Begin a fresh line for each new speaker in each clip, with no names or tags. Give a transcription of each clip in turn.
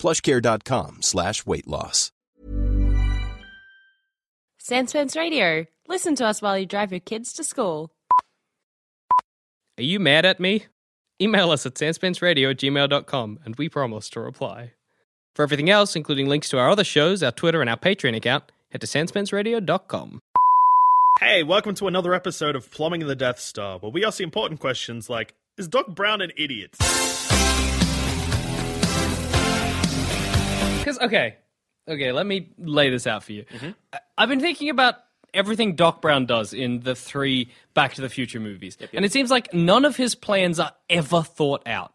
plushcare.com slash weight loss.
Sandspence Radio. Listen to us while you drive your kids to school.
Are you mad at me? Email us at sanspenceradio at gmail.com and we promise to reply. For everything else, including links to our other shows, our Twitter, and our Patreon account, head to sanspenceradio.com.
Hey, welcome to another episode of Plumbing the Death Star, where we ask the important questions like Is Doc Brown an idiot?
Because, okay, okay, let me lay this out for you. I- I've been thinking about everything Doc Brown does in the three Back to the Future movies, and it seems like none of his plans are ever thought out,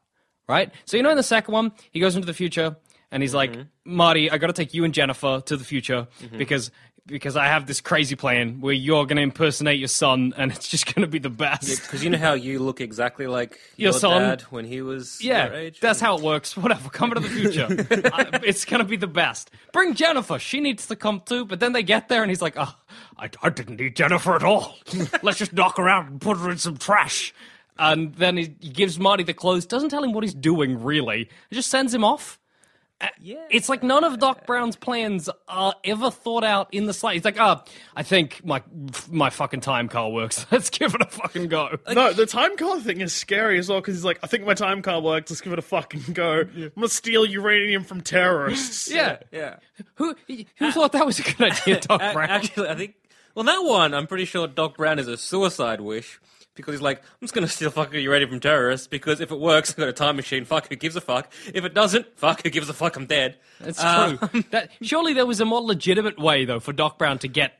right? So, you know, in the second one, he goes into the future and he's like, Marty, I gotta take you and Jennifer to the future because. Because I have this crazy plan where you're going to impersonate your son, and it's just going to be the best.
Because you know how you look exactly like
Your
your,
son.
dad when he was
Yeah,
your age.
that's how it works. Whatever, coming to the future. I- it's going to be the best. Bring Jennifer. She needs to come too. But then they get there and he's like, oh, I, I didn't need Jennifer at all. Let's just knock her out and put her in some trash. And then he, he gives Marty the clothes, doesn't tell him what he's doing really, He just sends him off. Yeah. It's like none of Doc Brown's plans are ever thought out in the slightest. It's like, oh, I think my my fucking time car works. Let's give it a fucking go.
no, the time car thing is scary as well because he's like, I think my time car works, let's give it a fucking go. I'm gonna steal uranium from terrorists.
Yeah.
Yeah.
Who who thought that was a good idea, Doc
A-
Brown?
Uh, Actually, I think. Well, that one, I'm pretty sure Doc Brown is a suicide wish because he's like, I'm just going to steal fucking uranium from terrorists because if it works, I've got a time machine. Fuck, who gives a fuck? If it doesn't, fuck, who gives a fuck? I'm dead.
That's
Uh,
true. That surely there was a more legitimate way though for Doc Brown to get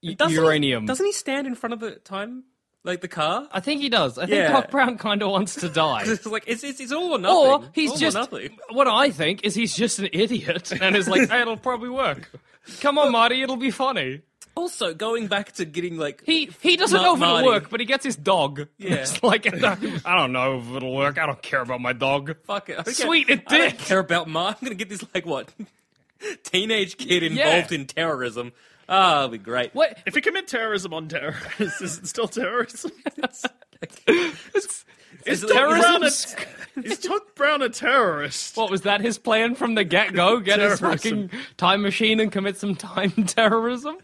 u-
doesn't he-
uranium.
doesn't he stand in front of the time, like the car?
I think he does. I think
Yeah.
Doc Brown kind of wants to die.
It's like it's it's, it's all or nothing.
Or he's
All or
just
nothing.
what I think is he's just an idiot and is like, hey, it'll probably work. Come on, Marty, it'll be funny.
Also, going back to getting like
He he doesn't
Not
know if
Marty.
it'll work, but he gets his dog.
Yeah.
It's like I don't know if it'll work. I don't care about my dog.
Fuck it. I don't
Sweet,
care-
it
I
did.
don't care about my. I'm gonna get this like what teenage kid
Yeah.
involved in terrorism. Ah, it'll be great.
What
If you commit terrorism on terrorists, is it still terrorism?
Is it-
terrorism?
Brown a- is Doc Brown a terrorist?
What was that his plan from the get go? Get his
Terrorism.
fucking time machine and commit some time terrorism?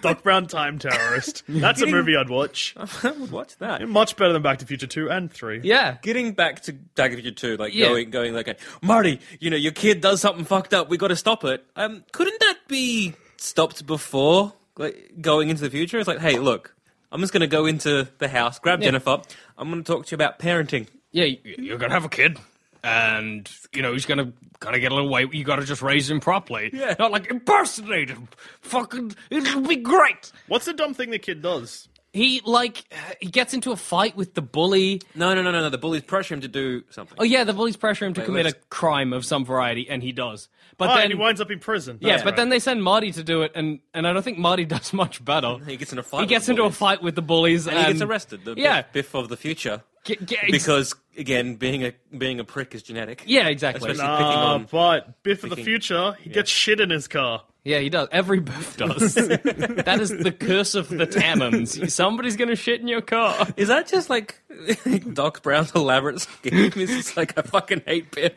Doc Brown time terrorist. That's a movie I'd watch.
I would watch that.
Much better than Back to the Future 2 and 3.
Yeah.
Getting back to Dagger Future 2, like
Yeah.
going, going like, Marty, you know, your kid does something fucked up. We got to stop it. Um, couldn't that be stopped before, like going into the future? It's like, hey, look, I'm just gonna go into the house, grab Jennifer. I'm gonna talk to you about parenting.
Yeah, y- you're gonna have a kid, and you know he's gonna kind of get a little weight. You gotta just raise him properly.
Yeah.
Not like impersonate him. Fucking, it'll be great.
What's the dumb thing the kid does?
He like he gets into a fight with the bully.
No, no, no, no, no. The bullies pressure him to do something.
Oh yeah, the bullies pressure him to
Wait,
commit a
let's-
crime of some variety, and he does. But
Oh,
then
and he winds up in prison.
yeah,
That's
but
right.
then they send Marty to do it, and and I don't think Marty does much better.
He gets in a fight
He
with
gets
the
into a
bullies.
fight with the bullies, and,
and he gets arrested. The
um, yeah.
biff, biff of the future.
Ge- ge- ex-
because again, being a being a prick is genetic.
Yeah, exactly.
Especially- picking
Ah,
Um,
on-
but Biff of the
picking-
Future, he gets shit in his car.
Yeah, he does. Every biff does. that is the curse of the Tammons. Somebody's gonna shit in your car.
Is that just like Doc Brown's elaborate scheme? Is just like I fucking hate Biff.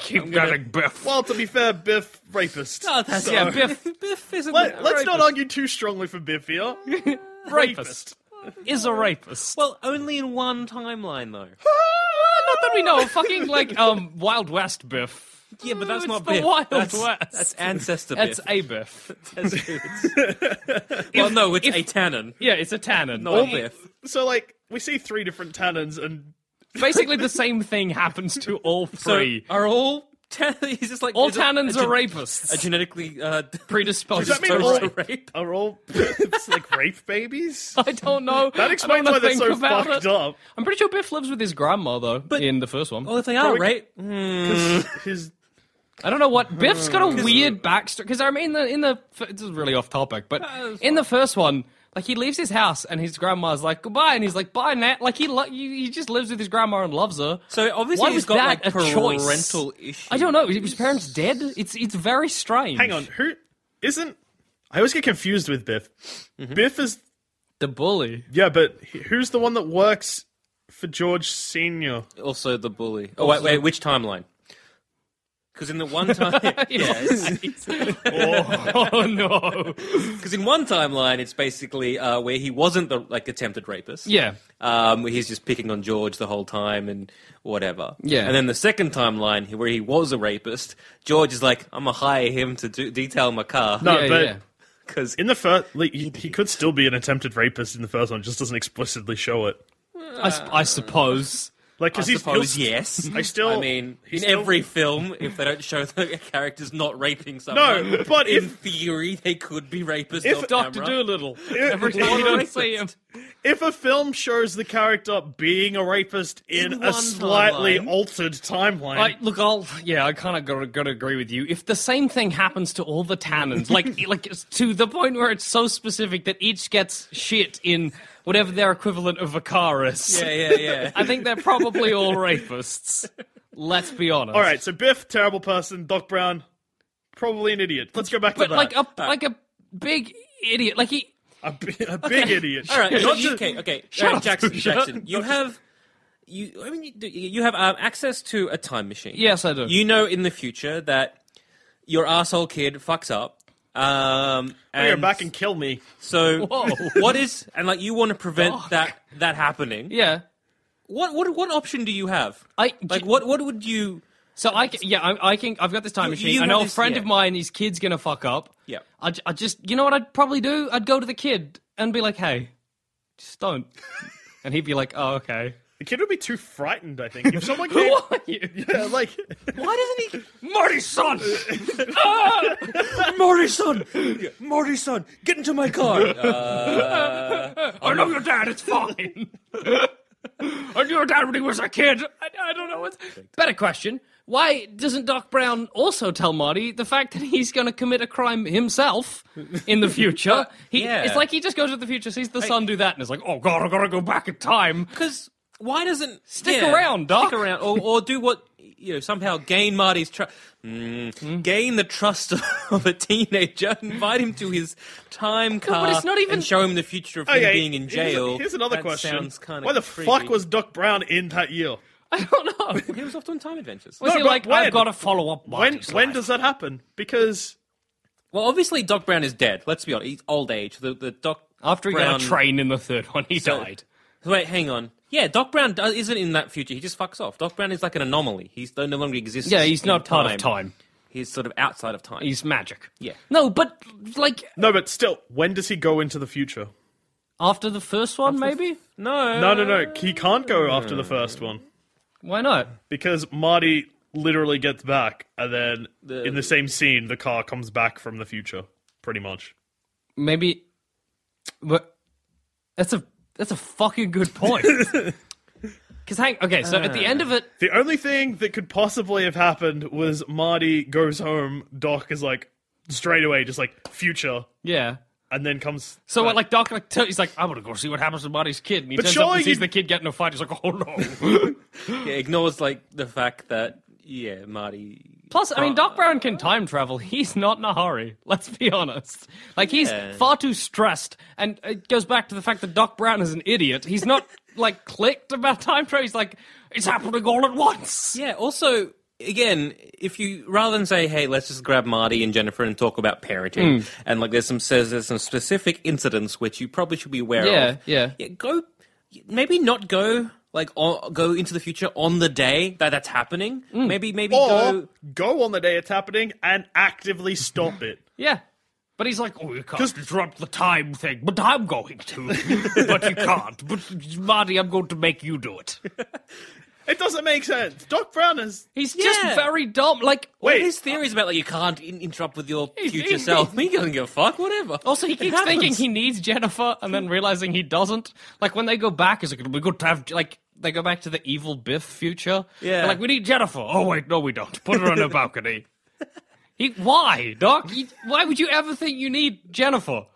Keep getting biff.
Well, to be fair, Biff rapist.
Ah,
Oh, that's
Yeah, biff
Biff isn't.
Let, let's
rapist.
not argue too strongly for Biff here.
rapist is a rapist.
Well, only in one timeline though.
not that we know. Fucking like um Wild West biff.
Yeah, but that's
It's
not
the
Biff.
Wild
that's,
West.
That's ancestor
That's
Biff.
a Biff.
well, no, it's
if-
a tannin.
Yeah, it's a tannin.
Not
All-
a Biff.
So like we see three different tannins and
Basically, the same thing happens to all
So
three.
are all tan- he's just like
all
is it
tannins
a,
are
gen-
rapists.
A genetically uh,
predisposed
Does that mean
to
all-
rape.
rape.
are all it's like rape babies.
I don't know.
That explains why they're so fucked up.
I'm pretty sure Biff lives with his grandma though. in the first one,
Well, if they are
we-
rape,
Mm.
His
I don't know what Biff's got
Mm.
a weird backstory. Because I mean, in the in the f- this is really off topic, but in the first one, like he leaves his house and his grandma's like goodbye, and he's like bye, Nat. Like he lo- he he just lives with his grandma and loves her.
so obviously
Why
he's
was
got
that
like
a choice?
parental issues.
I don't know. His parents dead. It's it's very strange.
hang on, who isn't? I always get confused with Biff.
Mm-hmm.
Biff is
the bully.
yeah, but he- who's the one that works for George Senior?
Also the bully. Oh wait, wait, which timeline? Because in the one time, yes,
Oh no.
because in one timeline, it's basically uh, where he wasn't the like attempted rapist.
Yeah.
um, where he's just picking on George the whole time and whatever.
Yeah.
And then the second timeline, where he was a rapist, George is like, I'm going to hire him to do- detail my car.
No,
Yeah,
but
yeah.
Because
in the first, like, he, he could still be an attempted rapist in the first one. Just doesn't explicitly show it.
I, s- I suppose.
Like, because
I
he's
suppose,
he'll-
yes.
I still-
I mean,
he
in
still-
every film, if they don't show the characters not raping someone,
No, but
in
if
theory, they could be rapists. off
Doctor
camera.
Doolittle. Every time you don't see him.
if a film shows the character being a rapist in,
In
a
one
slightly
timeline.
altered timeline,
I, look, I'll yeah, I kind of gotta, gotta agree with you. If the same thing happens to all the tannins, like like it's to the point where it's so specific that each gets shit in whatever their equivalent of Vicaris,
Yeah, yeah, yeah.
I think they're probably all rapists. Let's be honest.
All right, so Biff, terrible person. Doc Brown, probably an idiot. Let's go back
but
to that.
like a like a big idiot, like he.
a, bi- a big idiot.
All right,
Not
you-
to-
okay, okay.
Shut
All right,
up,
Jackson,
dude.
Jackson, you have. You, I mean, you, do- you have um, access to a time machine.
Yes, I do.
You know in the future that your asshole kid fucks up. Um,
Here,
and
back and kill me.
so
Oh, Whoa.
what is and like you want to prevent
Doc.
that that happening?
Yeah.
What what what option do you have?
I-
like what what would you?
So I can, yeah, I, I can. I've got this time
You-
machine.
you
I know
have
a
this-
friend
yeah.
of mine. His kid's gonna fuck up.
Yeah.
I, j- I just, you know what I'd probably do? I'd go to the kid and be like, "Hey, just don't," and he'd be like, "Oh, okay."
The kid would be too frightened, I think. If someone came, yeah, like
Why doesn't he?
Marty's son.
Morrison, Morrison, get into my car. Uh,
I know your dad. It's fine. I knew your dad when he was a kid. I, I don't know what's better question. Why doesn't Doc Brown also tell Marty the fact that he's going to commit a crime himself in the future? He,
Yeah.
It's like he just goes to the future, sees the son do that, and is like, "Oh God, I gotta go back in time."
Because why doesn't
Stick around, Doc.
Stick around, or, or do what you know somehow gain Marty's trust, mm, gain the trust of, a teenager, invite him to his time
No,
car,
but it's not even-
and show him the future of
okay,
him being in jail.
Here's, here's another
That
question:
Sounds kind of
Why the
creepy.
fuck was Doc Brown in that year?
I don't know.
he was off doing time adventures?
Was
No,
he
but
like,
when?
I've got to follow up?
When
Marty's
when
life."
does that happen? Because
Well, obviously Doc Brown is dead. Let's be honest, he's old age. The the Doc
after he
Brown
got a train in the third one, he
So-
died.
Wait, hang on. Yeah, Doc Brown do- isn't in that future. He just fucks off. Doc Brown is like an anomaly. He's no longer exists.
Yeah, he's
in
not part of time.
He's sort of outside of time.
He's magic.
Yeah.
No, but like
no, but still, when does he go into the future?
after the first one, maybe.
no,
No, no, no. He can't go after the first one
Why not?
because Marty literally gets back, and then in the same scene, the car comes back from the future, pretty much.
Maybe. But that's a that's a fucking good point. Because hang okay, so at the end of it,
The only thing that could possibly have happened was Marty goes home. Doc is like straight away, just like future,
yeah.
and then comes.
So what, like Doc, like t- he's like, I'm gonna go see what happens to Marty's kid, and he
But
turns up
surely
and sees
you-
the kid getting a fight. He's like, oh no.
Yeah, ignores like the fact that yeah, Marty.
Plus, I mean, Doc Brown can time travel. He's not in a hurry. Let's be honest. Like, he's far too stressed. And it goes back to the fact that Doc Brown is an idiot. He's not, like, clicked about time travel. He's like, it's happening all at once.
Yeah. Also, again, if you rather than say, "Hey, let's just grab Marty and Jennifer and talk about parenting,"
Hmm.
and like there's some says there's some specific incidents which you probably should be aware
Yeah,
of.
yeah.
Yeah. Go. Maybe not go. like o go into the future on the day that that's happening.
Hmm.
Maybe maybe
Or
go
go on the day it's happening and actively stop it.
Yeah. But he's like, oh, you can't disrupt the time thing, but I'm going to. but you can't. But Marty, I'm going to make you do it.
It doesn't make sense. Doc Brown is.
He's just
Yeah.
very dumb. Like,
Wait,
Wait.
his theories about like you can't in- interrupt with your
He-
future
he-
self. He doesn't give a fuck. Whatever.
also, he
It
keeps
happens.
thinking he needs Jennifer and then realizing he doesn't. Like, when they go back, it's like, it'll be good to have, like, they go back to the evil Biff future.
Yeah.
They're like, we need Jennifer. Oh, wait, no, we don't. Put her on a balcony. He, why, Doc? You- why would you ever think you need Jennifer?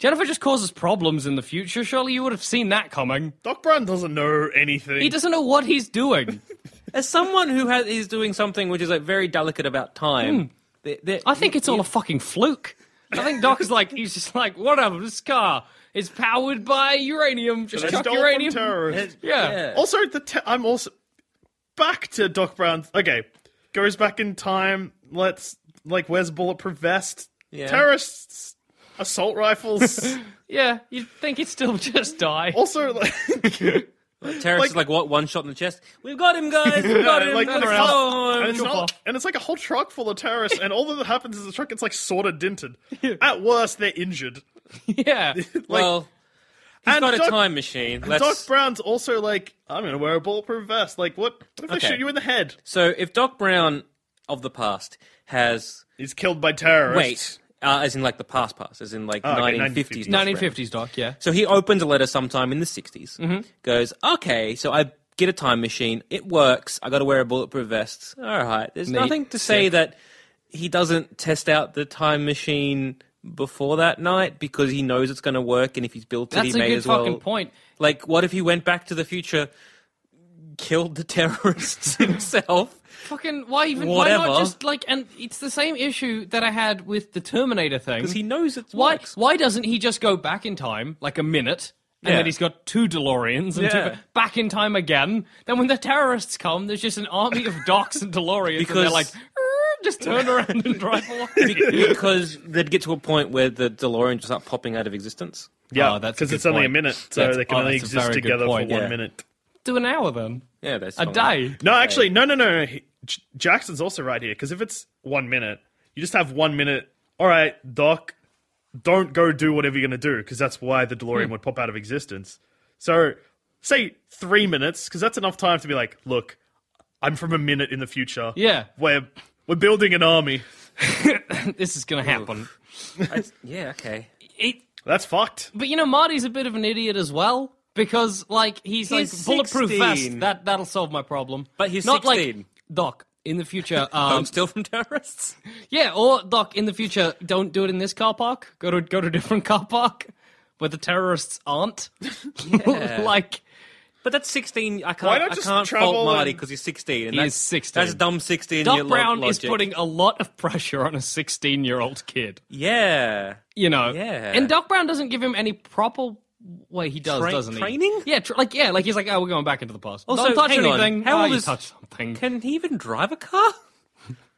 Jennifer just causes problems in the future. Surely you would have seen that coming.
Doc Brown doesn't know anything.
He doesn't know what he's doing.
as someone who has is doing something which is like very delicate about time. they- they-
Hmm. I think it's all a fucking fluke. I think Doc is like, he's just like, whatever, this car is powered by uranium. Just
They
chuck
stole from
uranium.
terrorists.
Yeah.
Also, the te- I'm also back to Doc Brown. Okay, goes back in time. Let's like, where's bulletproof vest?
Yeah.
Terrorists, assault rifles.
Yeah, you'd think he'd still just die.
also, like,
Terrorist is like
Like-
what one shot in the chest. We've got him, guys. We've got him.
like,
Let's
they're out.
follow him.
and it's not,
off.
and it's like a whole truck full of terrorists, and all that happens is the truck gets like sort of dented. At worst, they're injured.
yeah.
well, he's
And
got a
Doc-
time machine. Let's,
Doc Brown's also like, I'm gonna wear a bulletproof vest. Like, what? what if
Okay.
they shoot you in the head?
so if Doc Brown of the past has
He's killed by terrorists.
wait, uh, as in like the past past, as in like
okay,
nineteen fifties.
1950s.
1950s Doc, yeah.
So he opens a letter sometime in the 60s, goes, okay, so I get a time machine. It works. I got to wear a bulletproof vest. All right. There's nothing to say that he doesn't test out the time machine before that night because he knows it's going to work. And if he's built it, he
That's a
may
good
as well.
fucking point.
Like, what if he went back to the future, killed the terrorists himself?
Fucking, why even, why
Whatever.
not just, like, and it's the same issue that I had with the Terminator thing.
Because he knows it's
Why,
works.
why doesn't he just go back in time, like a minute, and
Yeah.
then he's got two DeLoreans and
Yeah.
two, back in time again? Then when the terrorists come, there's just an army of docs and DeLoreans, and they're
Because-
like, "Er, just turn around and drive away.
because they'd get to a point where the DeLorean just start popping out of existence.
Oh, that's a
because
good
it's only a
point.
minute, so
That's-
they can
oh,
only
that's a
exist
very good
together
point,
for one
yeah.
minute.
Do an hour then,
Yeah, that's
a
not-
day.
No, actually, no, no, no. no. He- J- Jackson's also right here because if it's one minute, you just have one minute. All right, Doc, don't go do whatever you're going to do because that's why the
Hmm.
DeLorean would pop out of existence. So say three minutes because that's enough time to be like, look, I'm from a minute in the future.
Yeah.
we're we're building an army.
this is gonna happen.
Yeah, okay.
It,
That's fucked.
but you know, Marty's a bit of an idiot as well because, like, he's,
He's
like bulletproof
16.
vest. That that'll solve my problem.
But he's
not
16.
like Doc in the future.
I'm
Um,
still from terrorists.
Yeah, or Doc, in the future, don't do it in this car park. Go to go to a different car park where the terrorists aren't. like
But that's 16. I can't.
Why not
I
just
can't
travel
fault Marty
and-
because he's 16. And
He
that's,
is 16.
That's dumb 16.
Doc
year lo-
Brown is
logic.
putting a lot of pressure on a sixteen-year-old kid.
Yeah.
You know,
Yeah.
And Doc Brown doesn't give him any proper. way he does,
Tra-
doesn't he?
training?
Yeah, tr- like yeah, like he's like, oh, we're going back into the past.
Also,
Don't touch
hang on,
anything.
how
Oh,
old
you
is-
touch something?
Can he even drive a car?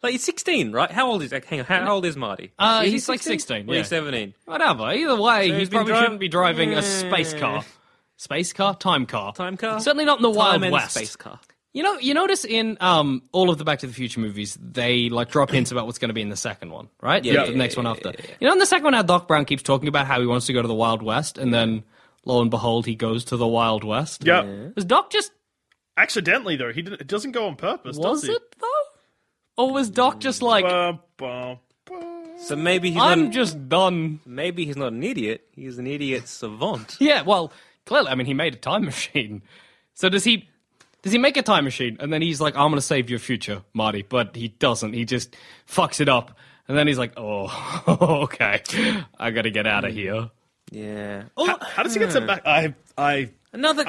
Like he's 16, right? How old is? Like, hang on. How old is Marty?
Uh,
Is he
he's like 16,
Or
yeah.
he's 17.
Whatever. Either way, he
he's been
probably
dri-
shouldn't be driving a space car. Space car, time car,
Time car.
Certainly not in the
Time
Wild
and
West.
Space car.
You know, you notice in um, all of the Back to the Future movies, they like drop hints about what's going to be in the second one, right?
Yeah.
the next one after. You know, in the second one, how Doc Brown keeps talking about how he wants to go to the Wild West, and then lo and behold, he goes to the Wild West.
Yeah,
was Doc just
accidentally though. He didn't, it doesn't go on purpose.
was
does he?
it though, or was Doc just like
Bum, bum, bum.
So maybe he's
I'm
not.
just done?
Maybe he's not an idiot. He's an idiot savant.
Yeah, well, clearly, I mean, he made a time machine. So does he? Does he make a time machine and then he's like, "I'm gonna save your future, Marty," but he doesn't. He just fucks it up, and then he's like, "Oh, okay, I gotta get
Hmm.
out of here."
Yeah. Uh, Oh,
How does he get sent
Hmm.
back? I I
another.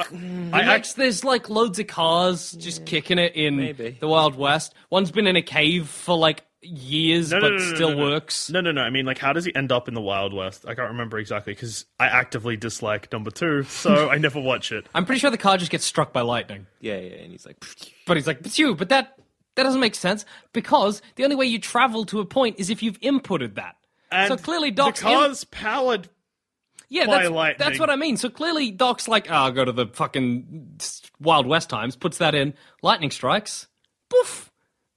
I there's like loads of cars just kicking it in
Maybe.
the Wild West. One's been in a cave for like years,
No, no,
but
no, no, no,
still
no.
works.
No, no, no. I mean, like, how does he end up in the Wild West? I can't remember exactly because I actively dislike number two, so I never watch it.
I'm pretty sure the car just gets struck by lightning.
yeah, yeah. And he's like.
But he's like, it's you, but that that doesn't make sense because the only way you travel to a point is if you've inputted that.
And
so clearly, Doc's
the car's powered
Yeah,
By
that's,
lightning.
that's what I mean. So clearly, Doc's like, oh, I'll go to the fucking Wild West times, puts that in, lightning strikes, poof.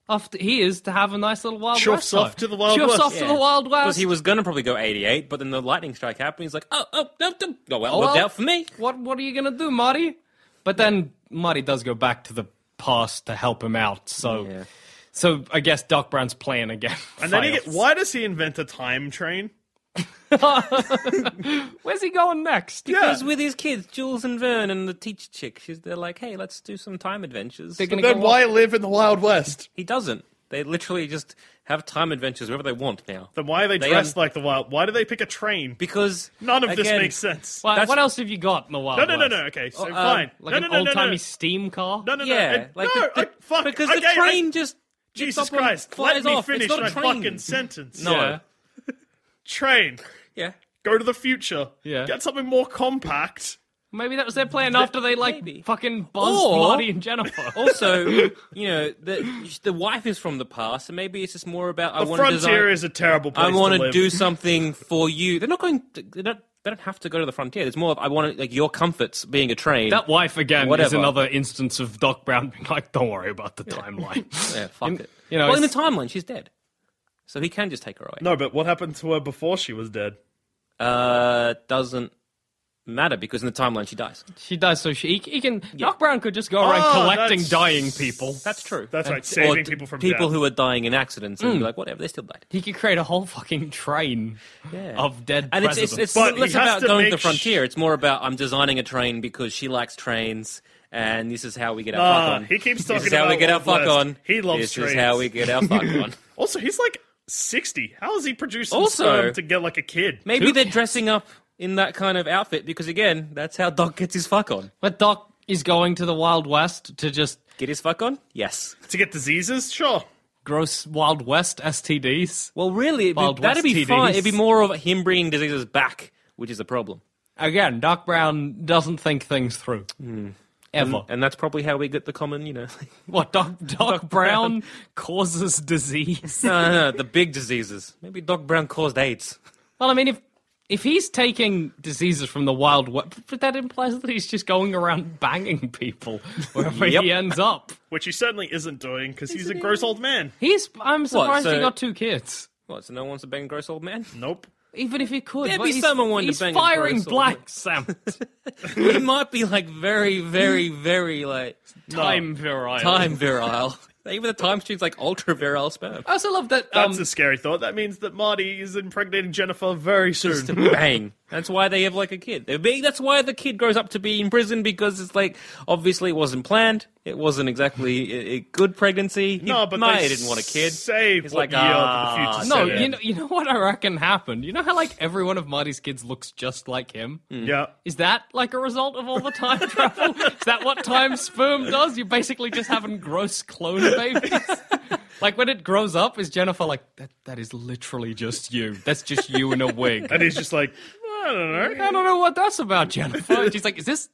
Off to, he is to have a nice little Wild
Chuffs
West. time.
off to the Wild
Chuffs
West.
off to the Wild
Because
West.
he was going to probably go 88, but then the lightning strike happened. He's like, oh, oh, no, no. Oh, well,
Oh,
worked
well.
out for me.
what what are you gonna do, Marty? But then Marty does go back to the past to help him out. So
Yeah.
so I guess Doc Brown's plan again.
And then he get,
fails.
why does he invent a time train?
Where's he going next?
He goes with his kids, Jules and Vern, and the teacher chick. She's, they're like, hey, let's do some time adventures.
They're gonna
Then
go
why
off-
live in the Wild West?
He doesn't. They literally just have time adventures wherever they want now.
Then why are they
They,
dressed
um,
like the Wild? Why do they pick a train?
Because
None of this
again,
makes sense.
Why-
That's-
what else have you got in the Wild
no, no, no,
West?
no. Okay, so
um,
fine.
Oh, Like
no,
an
no, no,
old
no,
timey
no.
steam car?
No, no, no.
Yeah,
And-
like
no,
the, the-
I- fuck.
because
okay,
the
I-
train just gets
Jesus
up and
Christ! Let
flies
me
off.
finish
it's not
my
a train.
fucking sentence.
No.
Yeah.
Train.
Yeah,
Go to the future.
Yeah.
Get something more compact.
Maybe that was their plan after they like
Maybe.
fucking buzzed
Or-
Marty and Jennifer.
Also, you know, the the wife is from the past, and maybe it's just more about I
The
want to
frontier
design.
is a terrible place
I want
to
to
live.
do something for you. They're not going. To, they don't. They don't have to go to the frontier. It's more of I want like your comforts being a train.
that wife again is
Whatever.
another instance of Doc Brown being like, "Don't worry about the timeline."
yeah, fuck
In-
it.
you know,
well, in the
it's-
timeline, she's dead, so he can just take her away.
No, but what happened to her before she was dead?
Uh, doesn't matter because in the timeline she dies.
she does, so she he, he can. Doc Brown could just go around
Oh,
collecting
that's-
dying people.
That's true.
That's right.
Or
Saving
d-
people from
people
death. Mm.
who are dying in accidents and be like, whatever, they still died.
He could create a whole fucking train
Yeah.
of dead
And it's it's,
presidents.
it's
But he
less
has
about
to
going to the
make sh-
frontier. It's more about I'm designing a train because she likes trains, and this is how we get our
Nah,
fuck on.
Ah, he keeps
This
talking
is how we
about
get our
Wild
fuck
West.
on.
He loves
This
trains.
is how we get our fuck on.
Also, he's like sixty. How is he producing
Also-
sperm to get like a kid?
Maybe they're dressing up in that kind of outfit because again, that's how Doc gets his fuck on.
but Doc is going to the Wild West to just
Get his fuck on? Yes.
to get diseases? Sure.
gross Wild West STDs.
Well, really, it'd be-
Wild
that'd
West
be
TDs.
fine. It'd be more of him bringing diseases back, which is a problem.
Again, Doc Brown doesn't think things through. Ever.
And that's probably how we get the common, you know,
what, Doc, Doc, Brown, causes disease?
no, no, no, the big diseases. Maybe Doc Brown caused AIDS.
well, I mean, if if he's taking diseases from the Wild West, but that implies that he's just going around banging people wherever
Yep.
he ends up.
Which he certainly isn't doing because he's a gross old man.
He's, I'm surprised
so-
he got two kids.
What? So no one wants to bang a gross old man?
Nope.
Even if he could,
There'd
but
be
he's,
someone wanting to
he's
bang a
firing
gross old
blanks, Sam.
he might be like very, very, very like
Time virile.
time virile. Even the time stream's like ultra virile sperm.
I also love that.
That's
Um,
a scary thought. That means that Marty is impregnating Jennifer very
Just a
soon.
bang. That's why they have like a kid. They're being- That's why the kid grows up to be in prison because it's like obviously it wasn't planned. It wasn't exactly a, a good pregnancy. He
No, but
might
they
have didn't want a kid.
say
He's
what
like,
year
"Ah,
the future
no,
set in."
you know, you know what I reckon happened. You know how like every one of Marty's kids looks just like him.
yeah.
Is that like a result of all the time travel? Is that what time sperm does? You're basically just having gross clone babies. like when it grows up, is Jennifer like that? That is literally just you. That's just you in a wig.
And he's just like, I don't know.
I don't know what that's about, Jennifer. And she's like, is this?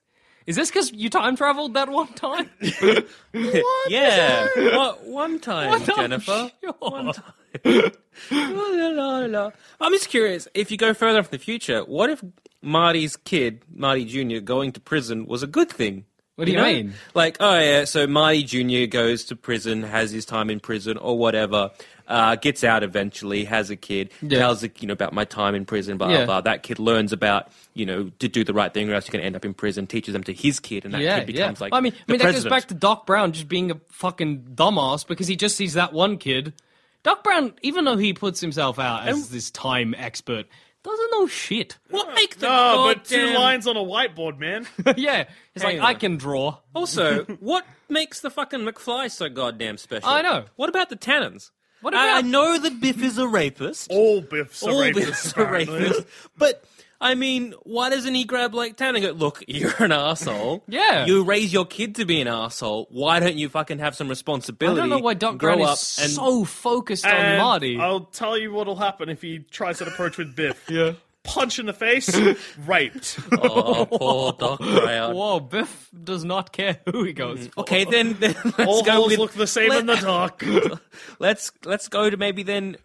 Is this because you time traveled that one time?
Yeah, what, one time,
One time,
Jennifer.
sure.
One time. La, la, la, la. I'm just curious. If you go further into the future, what if Marty's kid, Marty Junior, going to prison was a good thing?
What do you mean?
Like, oh yeah, so Marty Junior goes to prison, has his time in prison or whatever, uh, gets out eventually, has a kid, tells the you know about my time in prison, blah
Yeah.
blah blah. That kid learns about you know to do the right thing, or else you're going to end up in prison. Teaches them to his kid, and that kid becomes like
I mean, I
the
mean that goes
president.
back to Doc Brown just being a fucking dumbass because he just sees that one kid. Doc Brown, even though he puts himself out as this time expert, doesn't know shit.
What make the
Ah,
No, but two
goddamn-
lines on a whiteboard, man.
yeah, it's like
Hang
I
on.
can draw.
Also, what makes the fucking McFly so goddamn special?
I know.
What about the Tannins?
What
I-
about-
I, know that Biff is a rapist.
All Biff's a
All
rapist.
Biff's a
apparently.
rapist. But I mean, why doesn't he grab like Tannin and go, "Look, you're an asshole.
Yeah.
you raise your kid to be an asshole. Why don't you fucking have some
I
responsibility?
don't know why Doc
grow
Brown
up
is
and
so focused on
And oh,
Marty.
I'll tell you what'll happen if he tries that approach with Biff. yeah. Punch in the face, raped.
oh, poor Doc Brown.
Whoa, Biff does not care who he goes. for.
Okay, then, then let's
All
go
holes
with
look the same
let-
in the dark.
let's let's go to maybe then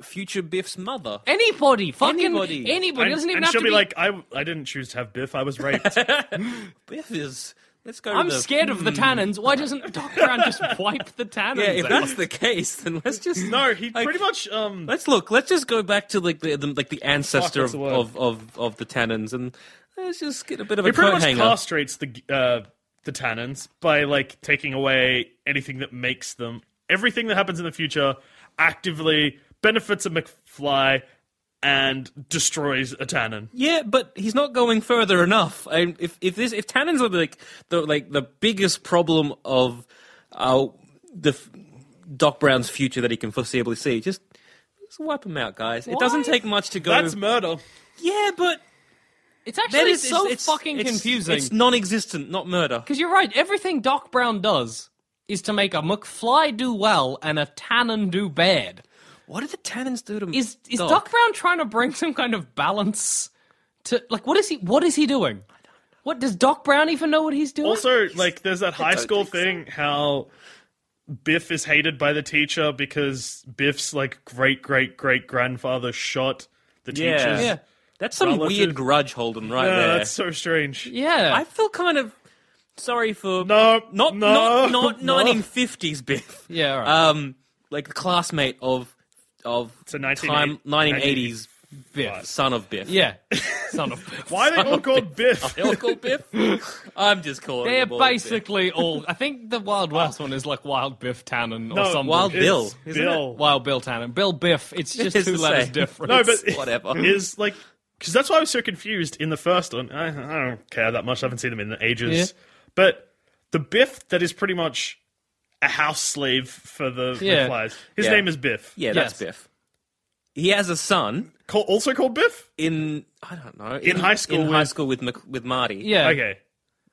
future Biff's mother.
Eh. Anybody, fucking
Anybody.
anybody, anybody.
and,
doesn't even
and
have
she'll
to
be, like, I, I didn't choose to have Biff. I was raped.
Biff is. Let's go. to
I'm
the-
scared of the tannins. Why doesn't Doc Brown just wipe the tannins?
Yeah, if
out?
that's the case, then let's just
no, he
like,
pretty much. Um,
Let's look. Let's just go back to like the, the like the ancestor
what's
of,
the word?
of, of of the tannins, and let's just get a bit of a
he pretty
coat
much
hanger.
castrates the uh, the tannins by like taking away anything that makes them. Everything that happens in the future actively benefits a McFly and destroys a tannin.
Yeah, but he's not going further enough. I, if if this if tannins are like the like the biggest problem of uh, the f- Doc Brown's future that he can foreseeably see, just just wipe them out, guys. It doesn't take much to go.
That's murder.
yeah, but
It's actually
that is
so
it's, it's-
fucking
it's-
confusing.
It's non-existent, not murder.
Because you're right, everything Doc Brown does is to make a McFly do well and a Tannen do bad.
What did the tannins do to
Is is Doc,
Doc?
Brown trying to bring some kind of balance to like what is he what is he doing? What does Doc Brown even know what he's doing?
Also, like, there's that high school thing how Biff is hated by the teacher because Biff's like great great great grandfather shot the
Yeah.
teachers.
yeah.
That's some
relative-
weird grudge holding right
Yeah,
there.
that's so strange.
Yeah.
I feel kind of sorry for
No,
not
no,
not not
no.
1950s Biff.
yeah, all right.
Um, like the classmate of of
a 1980
time 1980s
Biff.
son of Biff.
Yeah. Son of Biff.
Why are they all called Biff?
They all called Biff. I'm just calling.
They're
them all Biff.
basically all I think the Wild West one is like Wild Biff Tannen or
No,
something.
Wild
It's
Bill, isn't it?
Bill.
Wild Bill Tannen. Bill Biff. It's just
It's
two
the
letters
same.
different.
No, but
whatever.
is like because that's why I was so confused in the first one. I, I don't care that much. I haven't seen them in ages.
Yeah.
But the Biff that is pretty much a house slave for the
Yeah.
flies. His
Yeah.
name is Biff.
Yeah, that's
Yes.
Biff. He has a son
Call, also called Biff.
in I don't know
In high school
in high
with-
school with Mc, with Marty.
yeah.
Okay.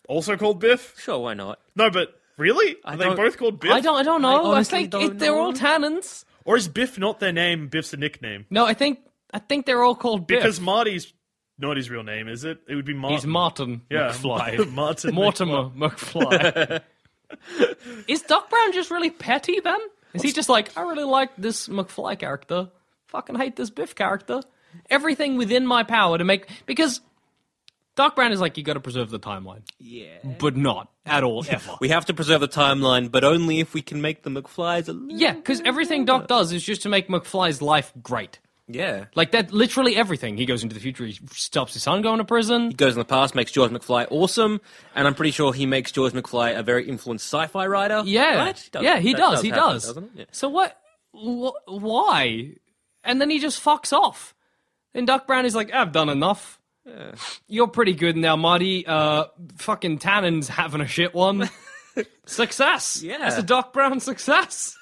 Also called Biff.
sure, why not?
No, but really,
I
are they
don't-
both called Biff?
I don't I don't
I
know. I,
honestly
think
don't
it, they're all
know.
Tannens.
Or is Biff not their name? Biff's a nickname
No, I think I think they're all called Biff.
because Marty's not his real name, is it? It would be Martin.
he's Martin
Yeah,
McFly.
Martin
Mortimer McFly. Is Doc Brown just really petty then? Is he just like, I really like this McFly character. Fucking hate this Biff character. Everything within my power to make because Doc Brown is like, you gotta preserve the timeline.
Yeah.
But not at all, ever.
We have to preserve the timeline, but only if we can make the McFlys a little
yeah, because everything Doc does is just to make McFly's life great.
Yeah.
Like that, literally everything. He goes into the future. He stops his son going to prison.
goes in the past, makes George McFly awesome, and I'm pretty sure he makes George McFly a very influenced sci-fi writer.
Yeah,
right? Does-
yeah, he
that
does. he
happen,
does.
doesn't it? Yeah.
So what? Wh- why? And then he just fucks off. And Doc Brown is like, I've done enough. You're pretty good now, Marty. Uh, fucking Tannen's having a shit one. success.
Yeah.
It's a Doc Brown success.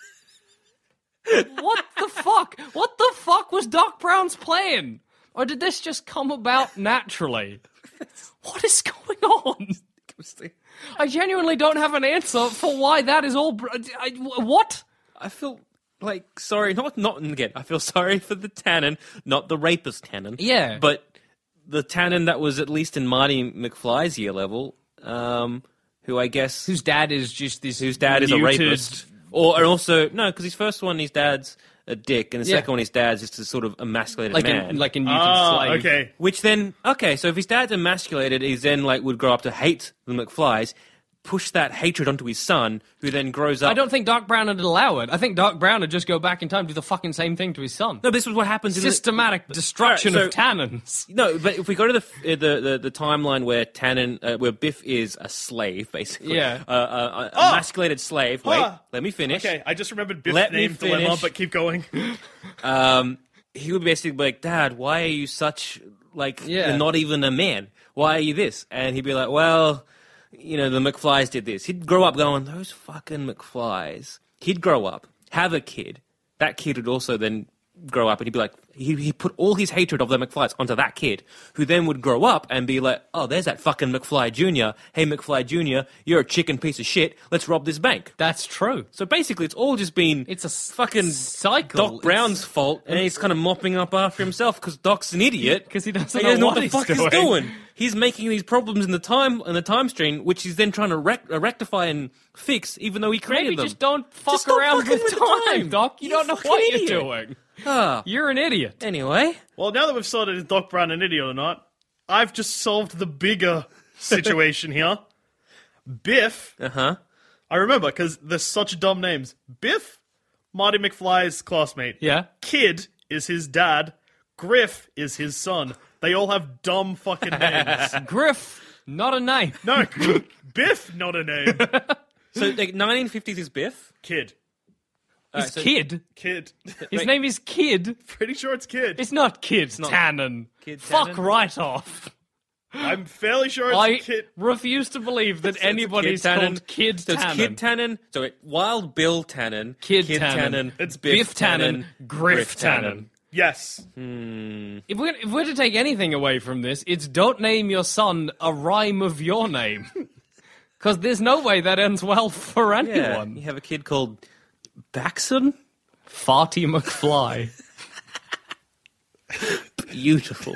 what the fuck? What the fuck was Doc Brown's plan? Or did this just come about naturally? what is going on? I genuinely don't have an answer for why that is all. Br- I, what?
I feel like sorry, not not again. I feel sorry for the Tannen, not the rapist Tannen.
Yeah.
but the Tannen that was at least in Marty McFly's year level, um, who I guess
Whose dad is just this?
whose dad is a rapist, or and also no, because his first one, his dad's a dick, and the
Yeah.
second one, his dad's just a sort of emasculated
like
man,
in like in
Oh.
mutant
Ah,
slave.
okay.
Which then, okay, so if his dad's emasculated, he's then like would grow up to hate the McFlys, push that hatred onto his son, who then grows up.
I don't think Doc Brown would allow it. I think Doc Brown would just go back in time and do the fucking same thing to his son.
No, this is what happens in the,
Systematic destruction
Alright,
of tannins.
No, but if we go to the f- uh, the, the, the timeline where Tannen, uh, where Biff is a slave, basically,
Yeah.
uh, uh, uh, emasculated slave. Wait,
Huh.
let me finish.
Okay, I just remembered Biff's
Let me
name dilemma,
finish.
but keep going.
um, he would basically be like, Dad, why are you such like
Yeah.
you're not even a man? Why are you this? And he'd be like, Well, you know, the McFlys did this. He'd grow up going, Those fucking McFlys. He'd grow up, have a kid. That kid would also then grow up and he'd be like he, he put all his hatred of the McFlys onto that kid, who then would grow up and be like, Oh, there's that fucking McFly Jr. Hey McFly Jr., you're a chicken piece of shit. Let's rob this bank.
That's true.
So basically, it's all just been
It's a s-
fucking
cycle.
Doc
It's-
Brown's fault, and he's kind of mopping up after himself because Doc's an idiot
'Cause he doesn't
and
know
what,
what
the
he's
fuck he's
doing.
doing. He's making these problems in the time in the time stream, which he's then trying to rec- uh, rectify and fix, even though he created
Maybe
them.
just don't fuck
Just don't
around
fucking
with,
with the
time,
time.
Doc. You,
You
don't know
fucking
what
idiot.
you're doing.
You're an idiot.
Anyway,
Well, now that we've sorted is Doc Brown an idiot or not, I've just solved the bigger situation here. Biff. Uh huh. I remember because they're such dumb names. Biff, Marty McFly's classmate.
Yeah.
Kid is his dad. Griff is his son. They all have dumb fucking names.
Griff, not a name.
no, Biff, not a name.
so like 1950s is Biff.
Kid.
It's Kid.
Kid.
His name is Kid.
Pretty sure it's kid.
It's not Kid Tannen.
Kid
Fuck
Tannen?
right off.
I'm fairly sure it's
I
kid.
refuse to believe that anybody's
Kid Tannen.
called Kid
So it's
Tannen.
Kid Tannen. So it, Wild Bill Tannen.
Kid Tannen.
It's
Biff,
Biff,
Tannen. Griff Tannen.
Yes.
If we're, if we're to take anything away from this, it's don't name your son a rhyme of your name. Because there's no way that ends well for
Yeah.
anyone.
You have a kid called Baxon.
Farty McFly.
Beautiful.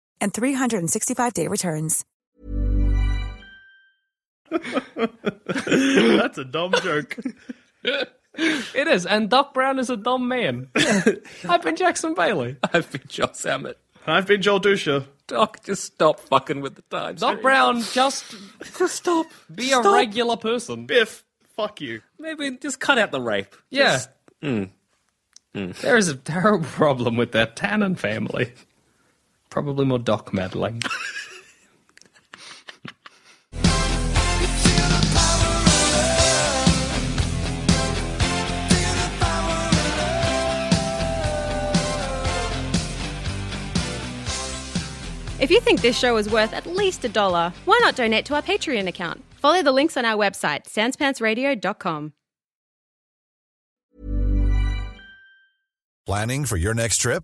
and 365-day returns.
That's a dumb joke.
it is, and Doc Brown is a dumb man. I've been Jackson Bailey.
I've been Joss Hammett.
I've been Joel Dusha.
Doc, just stop fucking with the times.
Doc Brown, just
just stop.
be
stop.
a regular person.
Biff, fuck you.
Maybe just cut out the rape.
Yeah. There is a terrible problem with that Tannen family. Probably more Doc meddling.
If you think this show is worth at least a dollar, why not donate to our Patreon account? Follow the links on our website, sanspantsradio.com.
Planning for your next trip?